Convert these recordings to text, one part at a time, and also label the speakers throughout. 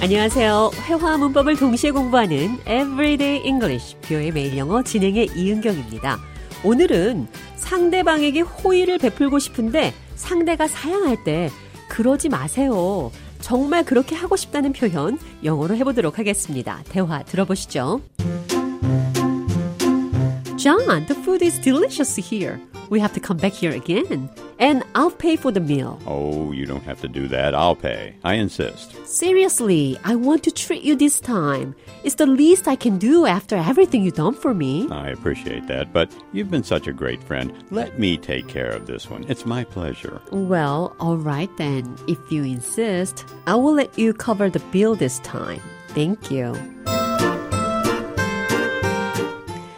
Speaker 1: 안녕하세요. 회화 문법을 동시에 공부하는 Everyday English, 뷰의 매일 영어 진행의 이은경입니다. 오늘은 상대방에게 호의를 베풀고 싶은데 상대가 사양할 때 그러지 마세요. 정말 그렇게 하고 싶다는 표현 영어로 해보도록 하겠습니다. 대화 들어보시죠. John, the food is delicious here. We have to come back here again. And I'll pay for the meal.
Speaker 2: Oh, you don't have to do that. I'll pay. I insist.
Speaker 1: Seriously, I want to treat you this time. It's the least I can do after everything you done for me.
Speaker 2: I appreciate that, but you've been such a great friend. Let me take care of this one. It's my pleasure.
Speaker 1: Well, alright then. If you insist, I will let you cover the bill this time. Thank you.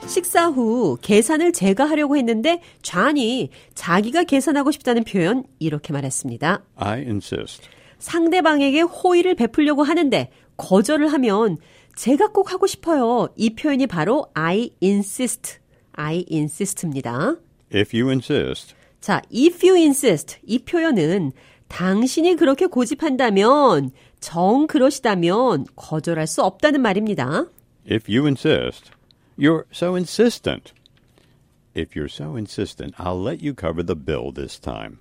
Speaker 1: 식사 후 계산을 제가 하려고 했는데 좌니 자기가 계산하고 싶다는 표현 이렇게 말했습니다.
Speaker 2: I insist.
Speaker 1: 상대방에게 호의를 베풀려고 하는데 거절을 하면 제가 꼭 하고 싶어요. 이 표현이 바로 I insist. I insist입니다.
Speaker 2: If you insist,
Speaker 1: 자, if you insist. 이 표현은 당신이 그렇게 고집한다면, 정 그러시다면 거절할 수 없다는 말입니다.
Speaker 2: if you insist, you're so insistent. If you're so insistent, I'll let you cover the bill this time.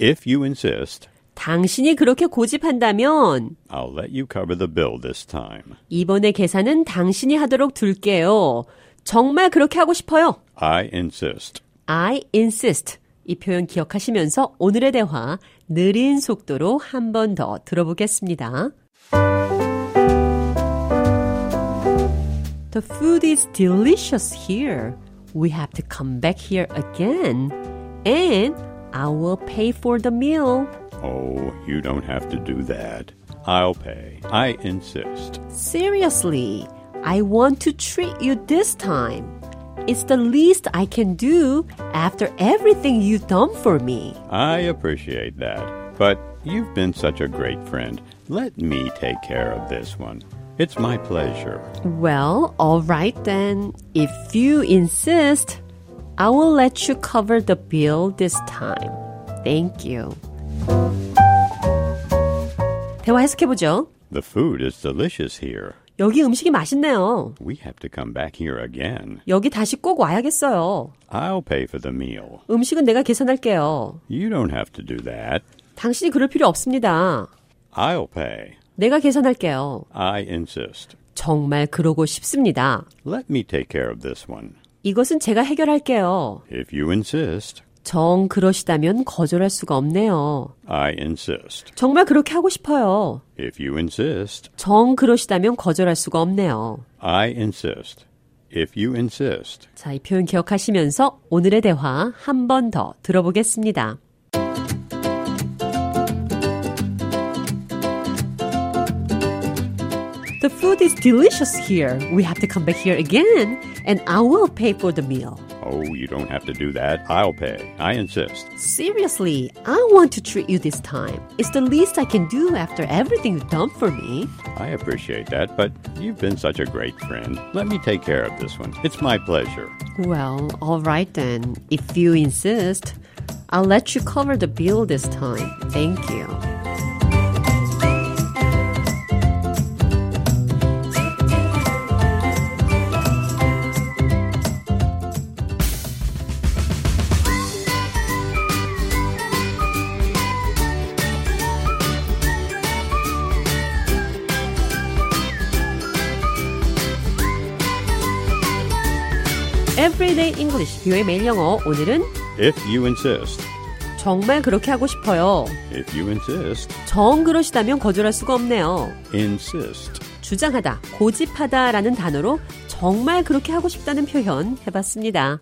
Speaker 2: If you insist,
Speaker 1: 당신이 그렇게 고집한다면,
Speaker 2: I'll let you cover the bill this time.
Speaker 1: 이번에 계산은 당신이 하도록 둘게요. 정말 그렇게 하고 싶어요.
Speaker 2: I insist.
Speaker 1: I insist. 이 표현 기억하시면서 오늘의 대화 느린 속도로 한 번 더 들어보겠습니다. The food is delicious here. We have to come back here again. And I will pay for the meal.
Speaker 2: Oh, you don't have to do that. I'll pay. I insist.
Speaker 1: Seriously, I want to treat you this time. It's the least I can do after everything you've done for me.
Speaker 2: I appreciate that, but you've been such a great friend. Let me take care of this one. It's my pleasure.
Speaker 1: Well, alright then. If you insist, I will let you cover the bill this time. Thank you. 대화 해석해보죠.
Speaker 2: The food is delicious here.
Speaker 1: 여기 음식이 맛있네요.
Speaker 2: We have to come back here again.
Speaker 1: 여기 다시 꼭 와야겠어요.
Speaker 2: I'll pay for the meal.
Speaker 1: 음식은 내가 계산할게요.
Speaker 2: You don't have to do that.
Speaker 1: 당신이 그럴 필요 없습니다.
Speaker 2: I'll pay.
Speaker 1: 내가 계산할게요.
Speaker 2: I insist.
Speaker 1: 정말 그러고 싶습니다.
Speaker 2: Let me take care of this one.
Speaker 1: 이것은 제가 해결할게요.
Speaker 2: If you insist,
Speaker 1: 정 그러시다면 거절할 수가 없네요.
Speaker 2: I insist.
Speaker 1: 정말 그렇게 하고 싶어요.
Speaker 2: If you insist,
Speaker 1: 정 그러시다면 거절할 수가 없네요.
Speaker 2: I insist. If you insist,
Speaker 1: 자, 이 표현 기억하시면서 오늘의 대화 한 번 더 들어보겠습니다. The food is delicious here. We have to come back here again and I will pay for the meal.
Speaker 2: oh, you don't have to do that. I'll pay. I insist.
Speaker 1: Seriously, I want to treat you this time. It's the least I can do after everything you've done for me.
Speaker 2: I appreciate that, but you've been such a great friend. Let me take care of this one. It's my pleasure.
Speaker 1: Well, alright then. If you insist, I'll let you cover the bill this time. Thank you. Everyday English, 뷰의 매일 영어. 오늘은
Speaker 2: If you insist,
Speaker 1: 정말 그렇게 하고 싶어요.
Speaker 2: if you insist,
Speaker 1: 정 그러시다면 거절할 수가 없네요.
Speaker 2: insist.
Speaker 1: 주장하다, 고집하다 라는 단어로 정말 그렇게 하고 싶다는 표현 해봤습니다.